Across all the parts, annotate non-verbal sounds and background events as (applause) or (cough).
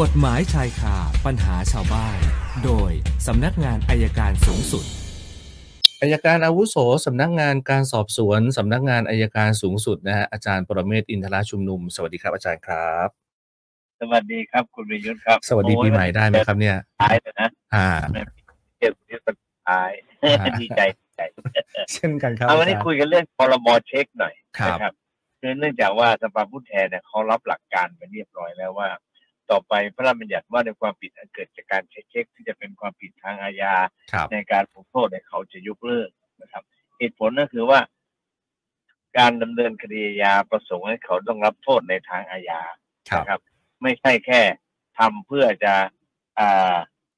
กฎหมายชายคาปัญหาชาวบ้าน โดยสำนักงานอายการสูงสุด อายการอาวุโสสำนักงานการสอบสวนสำนักงานอายการสูงสุดนะฮะอาจารย์ปรเมศวร์อินทรชุมนุม สวัสดีครับอาจารย์ครับ สวัสดีครับ คุณวิยุทธครับ สวัสดีปีใหม่ได้ไหมครับเนี่ย ท้ายเลยนะ อ่า เจ็ดที่สุดท้าย อ่า (laughs) ดีใจดีใจ เช่นกันครับ เอาวันนี้ อาจารย์ คุยกันเรื่องพรบเช็คหน่อย ครับ นะครับคือเนื่องจากว่าสภาผู้แทนเนี่ยเขารับหลักการไปเรียบร้อยแล้วว่า ต่อไปพระราชบัญญัติว่าในความผิดอันเกิดจากการเช็คเช็คที่จะเป็นความผิดทางอาญา ครับ ในการลงโทษเนี่ยเขาจะยกเลิกนะครับเหตุผลก็คือว่า การดำเนินคดีอาญาประสงค์ให้เขาต้องรับโทษในทางอาญา ครับ นะครับ ไม่ใช่แค่ทำเพื่อจะอ่า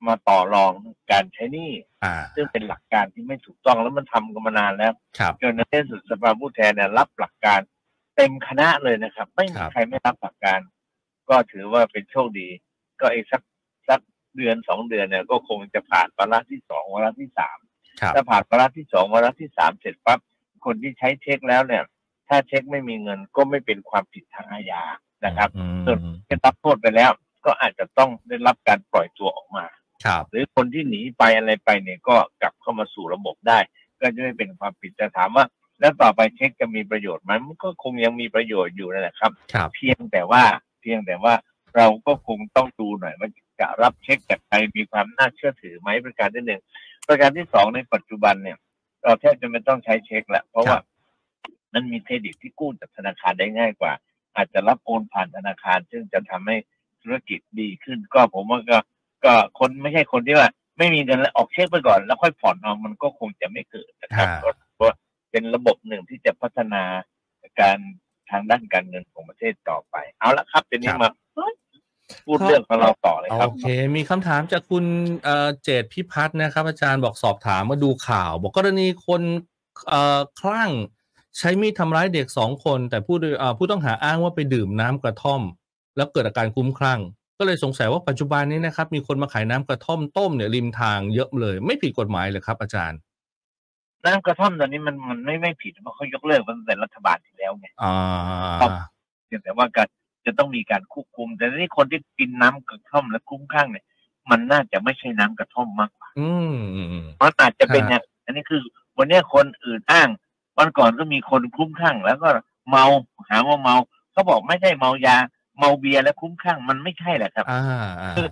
มาต่อรองการใช้หนี้ อ่า ซึ่งเป็นหลักการที่ไม่ถูกต้องแล้วมันทำกันมานานแล้ว ครับ จนในที่สุดสภาผู้แทนเนี่ยรับหลักการเต็มคณะเลยนะครับ ไม่มีครับ ใครไม่รับหลักการ ก็ถือว่าเป็นโชคดี ก็อีกสักสักเดือนสองเดือนเนี่ย ก็คงจะผ่านวาระที่สองวาระที่สาม ครับ ถ้าผ่านวาระที่สองวาระที่สามเสร็จปั๊บคนที่ใช้เช็คแล้วเนี่ย ถ้าเช็คไม่มีเงินก็ไม่เป็นความผิดทางอาญานะครับ อืม ได้รับโทษไปแล้ว ก็อาจจะต้องได้รับการปล่อยตัวออกมา ครับ หรือคนที่หนีไปอะไรไปเนี่ยก็กลับเข้ามาสู่ระบบได้ ก็จะไม่เป็นความผิดแต่ถามว่า แล้วต่อไปเช็คจะมีประโยชน์ไหมมันก็คงยังมีประโยชน์อยู่นั่นแหละครับ ครับ เพียงแต่ว่าเพียงแต่ว่าเราก็คงต้องดูหน่อยว่าจะรับเช็คจากใครมีความน่าเชื่อถือไหมประการที่หนึ่งประการที่สองในปัจจุบันเนี่ย เราแทบจะไม่ต้องใช้เช็คละเพราะ ครั ว่า บ มันมีเครดิตที่กู้จากธนาคารได้ง่ายกว่า อาจจะรับโอนผ่านธนาคาร ซึ่งจะทำให้ธุรกิจดีขึ้น ก็ผมว่าก็ก็คนไม่ใช่คนที่ว่า ไม่มีเงินแล้วออกเช็คไปก่อน แล้วค่อยผ่อนเอามันก็คงจะไม่เกิดนะครับ อ่า ก็เพราะว่าเป็นระบบหนึ่งที่จะพัฒนาการ ทางด้านการเงินของประเทศต่อไป เอาละครับเป็น ค นี้ รับ มาเฮ้ยพูดเรื่องของเราต่อเลยครับ โอเค มีคำถามจากคุณเอ่อเจตพิพัฒน์นะครับ อาจารย์บอกสอบถามมาดูข่าว บอกกรณีคนเอ่อคลั่งใช้มีดทำร้ายเด็กสองคน แต่ผู้โดยเอ่อผู้ต้องหาอ้างว่าไปดื่มน้ำกระท่อม แล้วเกิดอาการคลุ้มคลั่ง ก็เลยสงสัยว่าปัจจุบันนี้นะครับ มีคนมาขายน้ำกระท่อมต้มเนี่ยริมทางเยอะเลย ไม่ผิดกฎหมายเลยครับ อาจารย์ น้ำกระท่อมตอนนี้มันมันไม่ไม่ผิดเพราะเขายกเลิกมาตั้งแต่รัฐบาลที่แล้วไง อ่า ครับ เพียงแต่ว่าการจะต้องมีการควบคุม แต่ทีนี้คนที่กินน้ำกระท่อมและคลุ้มข้างเนี่ย มันน่าจะไม่ใช่น้ำกระท่อมมากกว่า อืม มันอาจจะเป็น ฮะ เนี่ยอันนี้คือ วันเนี้ยคนอื่นอ้าง วันก่อนก็มีคนคลุ้มข้างแล้วก็เมาหาว่าเมาเขาบอกไม่ใช่เมายาเมาเบียร์และคลุ้มข้างมันไม่ใช่แหละครับ อ่าอ่า คื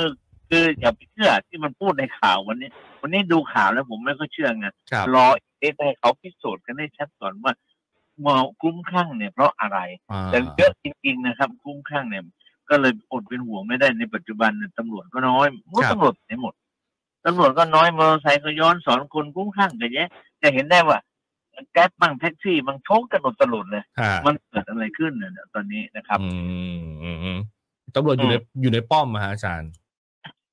อคืออย่าไปเชื่อที่มันพูดในข่าววันนี้ วันนี้ดูข่าวแล้วผมไม่ค่อยเชื่อไง ครับ รอเอ๊ะให้เขาพิสูจน์กันให้ชัดก่อนว่าเมาคลุ้มข้างเนี่ยเพราะอะไร อ่า แต่เยอะจริงๆนะครับคลุ้มข้างเนี่ย ก็เลยอดเป็นห่วงไม่ได้ในปัจจุบันเนี่ยตำรวจก็น้อยหมดตำรวจในหมดตำรวจก็น้อยมอเตอร์ไซค์ก็ย้อนสอนคนคลุ้มข้างกันแยะจะเห็นได้ว่าแก๊ปบ้างแท็กซี่บางโชกกันหมดตลอดเลย ฮะ มันเกิดอะไรขึ้นเนี่ยตอนนี้นะครับ อืมอืมอืมตำรวจอยู่ในอยู่ในป้อมมาฮะอาจารย์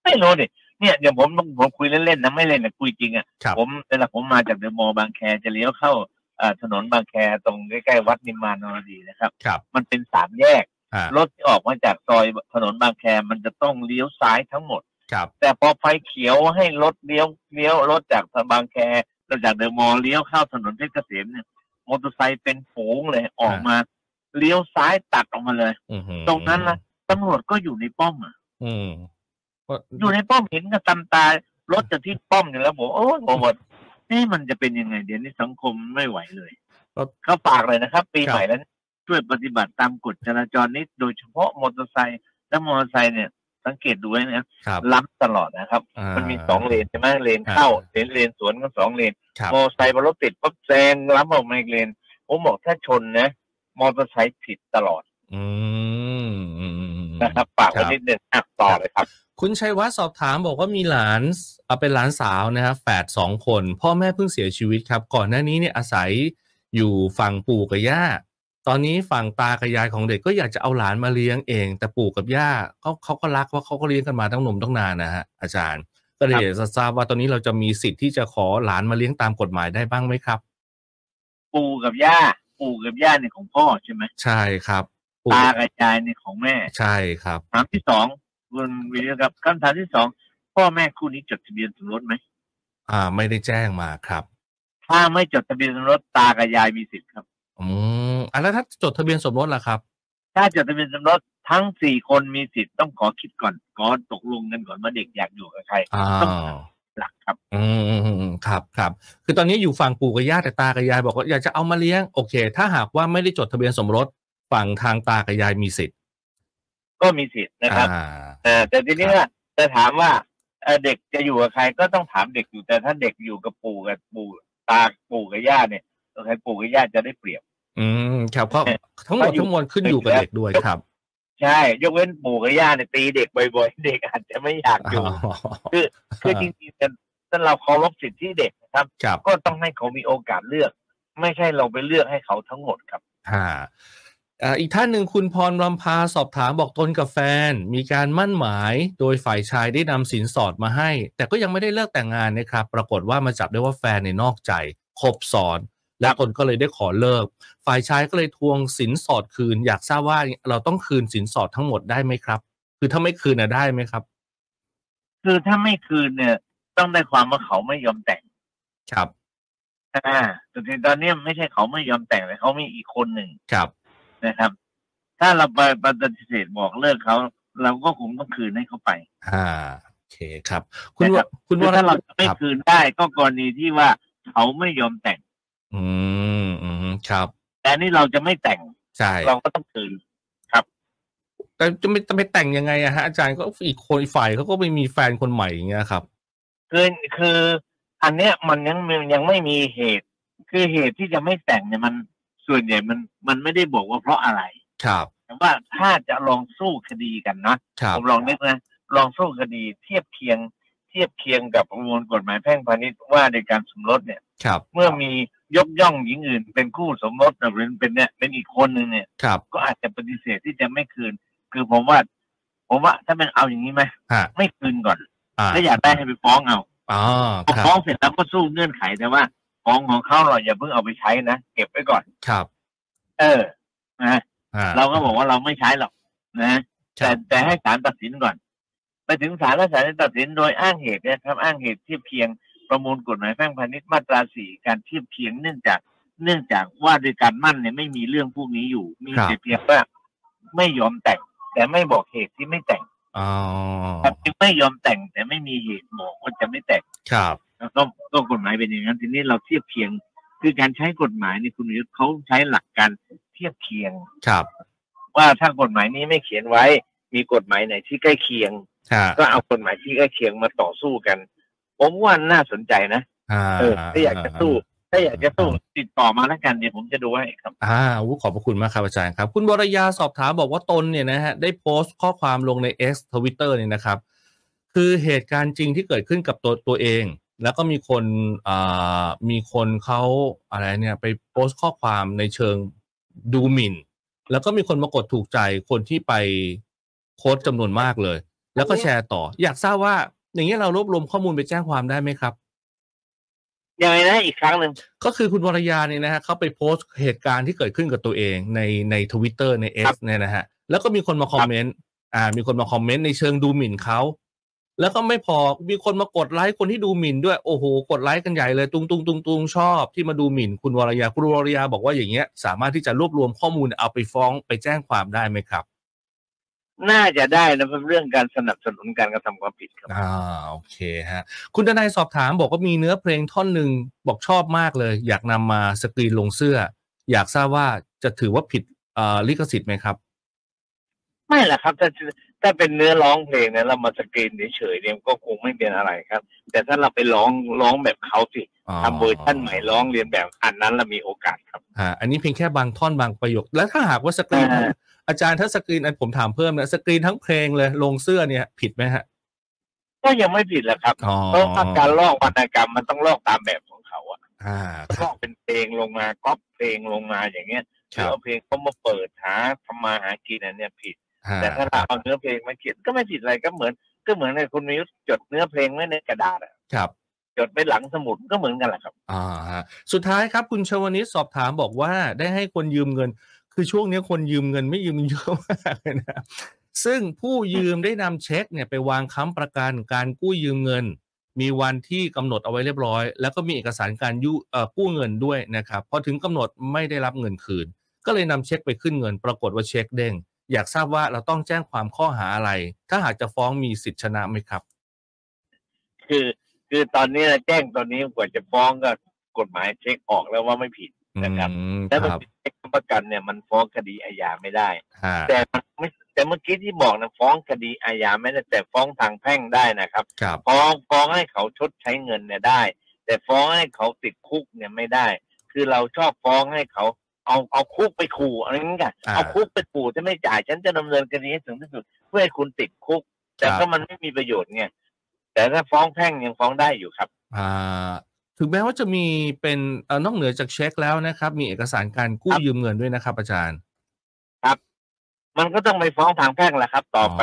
ไม่รู้ดิเนี่ยเดี๋ยวผมผมคุยเล่นๆนะไม่เล่นนะคุยจริงอ่ะ ครับ ผมเวลาผมมาจากเดอะมอลล์บางแคจะเลี้ยวเข้าเอ่อถนนบางแคตรงใกล้ๆวัดนิมมานนรดีนะครับ ครับ มันเป็นสามแยก อ่าร ถที่ออกมาจากซอยถนนบางแคมันจะต้องเลี้ยวซ้ายทั้งหมด ครับ แต่พอไฟเขียวให้รถเลี้ยวเลี้ยวรถจากบางแครถจากเดอะมอลล์เลี้ยวเข้าถนนเพชรเกษมเนี่ยมอเตอร์ไซค์เป็นฝูงเลยออกมาเลี้ยวซ้ายตัดออกมาเลย อื้อหือ ตรงนั้นนะตำรวจก็อยู่ในป้อมอะ อืมก็ อยู่ในป้อมเห็นกับตำตารถจะที่ป้อมอยู่แล้วผมโอ้ยผมว่านี่มันจะเป็นยังไง เดี๋ยวนี้สังคมไม่ไหวเลยเขาปากเลยนะครับ ปีใหม่แล้วช่วยปฏิบัติตามกฎจราจรนี้โดยเฉพาะมอเตอร์ไซค์และมอเตอร์ไซค์เนี่ย สังเกตดูไว้นะครับ ล้ำตลอดนะครับ า มันมีสองเลนใช่ไหมเลนเข้า อ่า เลนเลนสวนกันสองเลน ครับ มอเตอร์ไซค์พอรถติดปั๊บแซงล้ำออกมาอีกเลนผมบอกถ้าชนนะ มอเตอร์ไซค์ผิดตลอด อืมอืมอืมอืม นะครับปากไว้ ครับ นิดนึงอ่ะต่อเลยครับ คุณชัยวัฒน์สอบถามบอกว่ามีหลานเอาเป็นหลานสาวนะครับแฝดสองคน พ่อแม่เพิ่งเสียชีวิตครับ ก่อนหน้านี้เนี่ยอาศัยอยู่ฝั่งปู่กับย่า ตอนนี้ฝั่งตากับยายของเด็กก็อยากจะเอาหลานมาเลี้ยงเอง แต่ปู่กับย่าเขาเขาก็รักว่าเขาก็เลี้ยงกันมาตั้งหนมตั้งนานนะฮะอาจารย์ ก็เลยอยากจะทราบว่าตอนนี้เราจะมีสิทธิ์ที่จะขอหลานมาเลี้ยงตามกฎหมายได้บ้างไหมครับ ปู่กับย่า ปู่กับย่าเนี่ยของพ่อใช่ไหม ใช่ครับปู่ ตากับยายเนี่ยของแม่ ใช่ครับ คำถามที่สองคุณวิริยะครับคำถามที่สองพ่อแม่คู่นี้จดทะเบียนสมรสไหม อ่าไม่ได้แจ้งมาครับ ถ้าไม่จดทะเบียนสมรสตากับยายมีสิทธิ์ครับ อืมอ่ะแล้วถ้าจดทะเบียนสมรสล่ะครับ ถ้าจดทะเบียนสมรสทั้งสี่คนมีสิทธิ์ต้องขอคิดก่อนก่อนตกลงกันก่อนว่าเด็กอยากอยู่กับใคร อ้า ต้อง ว หลักครับ อืมอืมอืมอืมครับครับ คือตอนนี้อยู่ฝั่งปู่กับย่าแต่ตากับยายบอกว่าอยากจะเอามาเลี้ยงโอเค ถ้าหากว่าไม่ได้จดทะเบียนสมรสฝั่งทางตากับยายมีสิทธิ์ ก็มีสิทธิ์นะครับ อ่า เออแต่ทีนี้ว่าจะถามว่าเอ่อเด็กจะอยู่กับใครก็ต้องถามเด็กอยู่แต่ถ้าเด็กอยู่กับปู่กับปู่ตาปู่กับย่าเนี่ยใครปู่กับย่าจะได้เปรียบ อืมครับก็ทั้งหมดทั้งมวลขึ้นอยู่กับเด็กด้วยครับ ใช่ ยกเว้นปู่กับย่าเนี่ยตีเด็กบ่อยๆ (laughs) เด็กอาจจะไม่อยากอยู่ คือจริงๆเนี่ยถ้าเราเคารพสิทธิเด็กนะครับ (laughs) ครับ ก็ต้องให้เขามีโอกาสเลือก ไม่ใช่เราไปเลือกให้เขาทั้งหมดครับ อ่าอ่าอีกท่านหนึ่งคุณพรรำพาสอบถามบอกตนกับแฟน มีการมั่นหมายโดยฝ่ายชายได้นำสินสอดมาให้ แต่ก็ยังไม่ได้เลิกแต่งงานนะครับ ปรากฏว่ามาจับได้ว่าแฟนในยนอกใจคบสอน และคนก็เลยได้ขอเลิก ฝ่ายชายก็เลยทวงสินสอดคืน อยากทราบว่าเราต้องคืนสินสอดทั้งหมดได้ไหมครับ คือถ้าไม่คืนนะได้ไหมครับ คือถ้าไม่คืนเนี่ย ต้องได้ความว่าเขาไม่ยอมแต่ง ครับ อ่าแต่ทีตอนเนี้ยไม่ใช่เขาไม่ยอมแต่งแต่เขามีอีกคนหนึ่ง ครับ นะครับ ถ้าเราไปปฏิเสธบอกเลิกเขา เราก็คงต้องคืนให้เขาไป อ่าโอเคครับ คุณ นะ ว ครับ คุณว คือ ร ถ้าเราจะไม่ ครับ คืนได้ก็กรณีที่ว่าเขาไม่ยอมแต่ง อืมอืมครับ แต่นี่เราจะไม่แต่ง ใช่ เราก็ต้องคืน แต่จะไม่จะไปแต่งยังไงอะฮะอาจารย์ก็อีกคนอีกฝ่ายเขาก็ไปมีแฟนคนใหม่อย่างเงี้ยครับ คือคืออันเนี้ยมันยังยังไม่มีเหตุ คือเหตุที่จะไม่แต่งเนี่ยมันส่วนใหญ่มันมันไม่ได้บอกว่าเพราะอะไร ครับ แต่ว่าถ้าจะลองสู้คดีกันนะ ครับ ผมลองนึกนะลองสู้คดีเทียบเคียง เทียบเคียงกับประมวลกฎหมายแพ่งพาณิชย์ว่าโดยการสมรสเนี่ย ครับ เมื่อมียกย่องหญิงอื่น เป็นคู่สมรสหรือเป็นเป็นเนี่ยเป็นอีกคนหนึ่งเนี่ย ครับ ก็อาจจะปฏิเสธที่จะไม่คืน คือผมว่า ผมว่าถ้าเป็นเอาอย่างนี้ไหม ฮะ ไม่คืนก่อน อ่า ถ้าอยากได้ให้ไปฟ้องเอา อ๋อ พอ ครับ ฟ้องเสร็จแล้วก็สู้เงื่อนไขแต่ว่าของของเขาเราอย่าเพิ่งเอาไปใช้นะเก็บไว้ก่อน ครับ เออนะ อ่ เราก็บอกว่าเราไม่ใช้หรอกนะ ค แต่ รับ แต่ให้ศาลตัดสินก่อน ไปถึงศาลแล้วศาลจะตัดสินโดยอ้างเหตุเนะครับ อ้างเหตุเทียบเคียงประมวลกฎหมายแพ่งพาณิชย์มาตราสี่การเทียบเคียงเนื่องจาก เนื่องจากว่าด้วยการมั่นเนี่ยไม่มีเรื่องพวกนี้อยู่ มีแต่เพียงว่าไม่ยอมแต่ง แต่ไม่บอกเหตุที่ไม่แต่ง อ๋อ ครับจึงไม่ยอมแต่งแต่ไม่มีเหตุบอกว่าจะไม่แต่ง ครับ แล้วก็ก็กฎหมายเป็นอย่างนั้นทีนี้เราเทียบเคียง คือการใช้กฎหมายเนี่ยคุณวิยุทธเขาใช้หลักการเทียบเคียง ครับ ว่าถ้ากฎหมายนี้ไม่เขียนไว้ มีกฎหมายไหนที่ใกล้เคียง ฮะ ก็เอากฎหมายที่ใกล้เคียงมาต่อสู้กัน ผมว่าน่าสนใจนะ อ่า เออถ้าอยากจะสู้ ถ้าอยากจะสู้ติดต่อมาแล้วกันเดี๋ยวผมจะดูให้ครับ อ่าอุ๊ยขอบพระคุณมากครับอาจารย์ครับ คุณวรยาสอบถามบอกว่าตนเนี่ยนะฮะได้โพสต์ข้อความลงใน X Twitter เนี่ยนะครับ คือเหตุการณ์จริงที่เกิดขึ้นกับตัวตัวเอง แล้วก็มีคนอ่ามีคนเขาอะไรเนี่ยไปโพสต์ข้อความในเชิงดูหมิ่น แล้วก็มีคนมากดถูกใจคนที่ไปโพสต์จำนวนมากเลย แล้วก็แชร์ต่อ อยากทราบว่า อย่างนี้ยเรารวบรวมข้อมูลไปแจ้งความได้ไหมครับ ยังไงนะอีกครั้งหนึ่ง ก็คือคุณวรยาเนี่ยนะฮะเขาไปโพสต์เหตุการณ์ที่เกิดขึ้นกับตัวเองในในทวิตเตอร์ในเอสเนี่ยนะฮะแล้วก็มีคนมาคอมเมนต์อ่า มีคนมาคอมเมนต์ในเชิงดูหมิ่นเขาแล้วก็ไม่พอมีคนมากดไลค์คนที่ดูหมิ่นด้วยโอ้โหกดไลค์กันใหญ่เลยตุงตุงตุงตุงชอบที่มาดูหมิ่น คุณวรยาคุณวรยาบอกว่าอย่างเงี้ย สามารถที่จะรวบรวมข้อมูลเอาไปฟ้องไปแจ้งความได้ไหมครับ น่าจะได้นะเป็นเรื่องการสนับสนุนการกระทำความผิดครับ อ่าโอเคฮะ คุณทนายสอบถามบอกว่ามีเนื้อเพลงท่อนหนึ่งบอกชอบมากเลย อยากนำมาสกรีนลงเสื้อ อยากทราบว่าจะถือว่าผิดเอ่อลิขสิทธิ์ไหมครับ ไม่ล่ะครับ ถ้าถ้าเป็นเนื้อร้องเพลงเนี่ยเรามาสกรีนเฉยๆเนี่ยก็คงไม่เป็นอะไรครับ แต่ถ้าเราไปร้องร้องแบบเขาสิทำเวอร์ชันใหม่ร้องเรียนแบบอันนั้นเรามีโอกาสครับ อ่าอันนี้เพียงแค่บางท่อนบางประโยค แล้วถ้าหากว่าสกรีน อ่า อาจารย์ถ้าสกรีนอันผมถามเพิ่มนะสกรีนทั้งเพลงเลยลงเสื้อเนี่ยผิดไหมฮะ ก็ยังไม่ผิดละครับ อ๋อ เพราะว่าการลอกวรรณกรรมมันต้องลอกตามแบบของเขาอะ อ่าค ก็ รับ เป็นเพลงลงมาก๊อปเพลงลงมาอย่างเงี้ย ครั คื บ อเอาเพลงเขามาเปิดหาทำมาหากินอันเนี้ยผิด อ่า แต่ถ้าเราเอาเนื้อเพลงมาเขียนก็ไม่ผิดอะไรก็เหมือน ก็เหมือนในคุณมิวจดเนื้อเพลงไว้ในกระดาษอะ ครับ จดไว้หลังสมุดก็เหมือนกันแหละครับ อ่าฮะสุดท้ายครับคุณชวนิตสอบถามบอกว่าได้ให้คนยืมเงิน คือช่วงเนี้ยคนยืมเงินไม่ยืมเยอะมากเลยนะซึ่งผู้ยืมได้นำเช็คเนี่ยไปวางค้ำประกันการกู้ยืมเงิน มีวันที่กำหนดเอาไว้เรียบร้อย แล้วก็มีเอกสารการยุเอ่อกู้เงินด้วยนะครับพอถึงกำหนดไม่ได้รับเงินคืน ก็เลยนำเช็คไปขึ้นเงิน ปรากฏว่าเช็คเด้ง อยากทราบว่าเราต้องแจ้งความข้อหาอะไร ถ้าหากจะฟ้องมีสิทธิชนะไหมครับ คือคือตอนนี้นะแจ้งตอนนี้กว่าจะฟ้องก็กฎหมายเช็คออกแล้วว่าไม่ผิด นะครับ อืม แล้วมัน ครับ เป็นเช็คประกันเนี่ยมันฟ้องคดีอาญาไม่ได้ ฮะ แต่มันไม่แต่เมื่อกี้ที่บอกนะฟ้องคดีอาญาไม่ได้แต่ฟ้องทางแพ่งได้นะครับ ครับ ฟ้องฟ้องให้เขาชดใช้เงินเนี่ยได้ แต่ฟ้องให้เขาติดคุกเนี่ยไม่ได้ คือเราชอบฟ้องให้เขาเอาเอาคุกไปขู่อะไรอย่างเงี้ย า เอาคุกไปขู่ถ้าไม่จ่ายฉันจะดำเนินคดีให้ถึงที่สุด เพื่อให้คุณติดคุก แต่ ค ก็ รับ มันไม่มีประโยชน์ไงแต่ถ้าฟ้องแพ่งยังฟ้องได้อยู่ครับ อ่าถึงแม้ว่าจะมีเป็นเอ่อนอกเหนือจากเช็คแล้วนะครับ มีเอกสารการกู้ ครับ ยืมเงินด้วยนะครับ อาจารย์ มันก็ต้องไปฟ้องทางแพ่งแหละครับ ต่อไป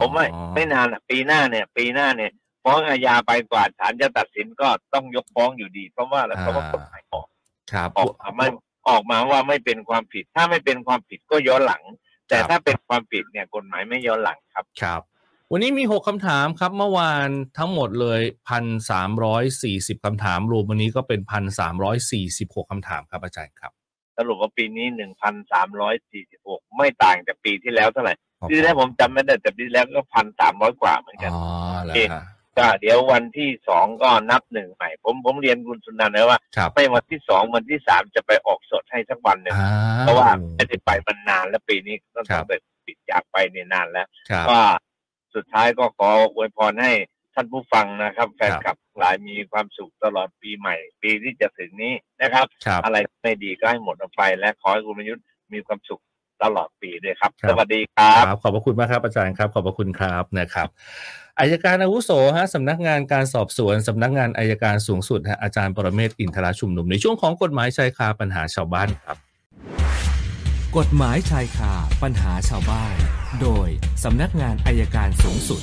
ผมว่า อ๋อ ไม่นานอะปีหน้าเนี่ย ปีหน้าเนี่ย ฟ้องอาญาไปกว่าศาลจะตัดสินก็ต้องยกฟ้องอยู่ดี เพราะว่าอะไรเพราะว่ากฎหมายออก ครับ ออกมาไม่ออกมาว่าไม่เป็นความผิด ถ้าไม่เป็นความผิดก็ย้อนหลัง แต่ ครับ ถ้าเป็นความผิดเนี่ยกฎหมายไม่ย้อนหลังครับ ครับ วันนี้มี 6คำถามครับ เมื่อวานทั้งหมดเลย 1,340คำถาม รวมวันนี้ก็เป็น 1,346คำถามครับอาจารย์ครับ สรุปว่าปีนี้ 1,346 ไม่ต่างจากปีที่แล้วเท่าไหร่ปีที่แล้วผมจำไม่ได้แต่ปีที่แล้วก็1,300 กว่าเหมือนกัน อ๋อแล้วฮะ ก็เดี๋ยววันที่สองก็นับหนึ่งใหม่ ผมผมเรียนคุณสุนันท์นะว่า ครับ ไม่วันที่สองวันที่สามจะไปออกสดให้สักวันหนึ่ง อ่ เพราะว่าไม่ได้ไปมันนานแล้วปีนี้ก็ตั้งแต่ปิดจากไปเนี่ยนานแล้ว ครับ ก็สุดท้ายก็ขออวยพรให้ท่านผู้ฟังนะครับ แฟนคลับหลายมีความสุขตลอดปีใหม่ ปีที่จะถึงนี้นะครับ ครับ อะไรที่ไม่ดีก็ให้หมดออกไป และขอให้คุณประยุทธ์มีความสุขตลอดปีด้วยครับ ครับ สวัสดีครับ ครับขอบพระคุณมากครับอาจารย์ครับ ขอบพระคุณครับนะครับอายการอาวุโสฮะสำนักงานการสอบสวนสำนักงานอายการสูงสุดฮะอาจารย์ปรเมศวร์อินทรชุมนุมในช่วงของกฎหมายชายคาปัญหาชาวบ้านครับ กฎหมายชายคาปัญหาชาวบ้าน โดยสำนักงานอายการสูงสุด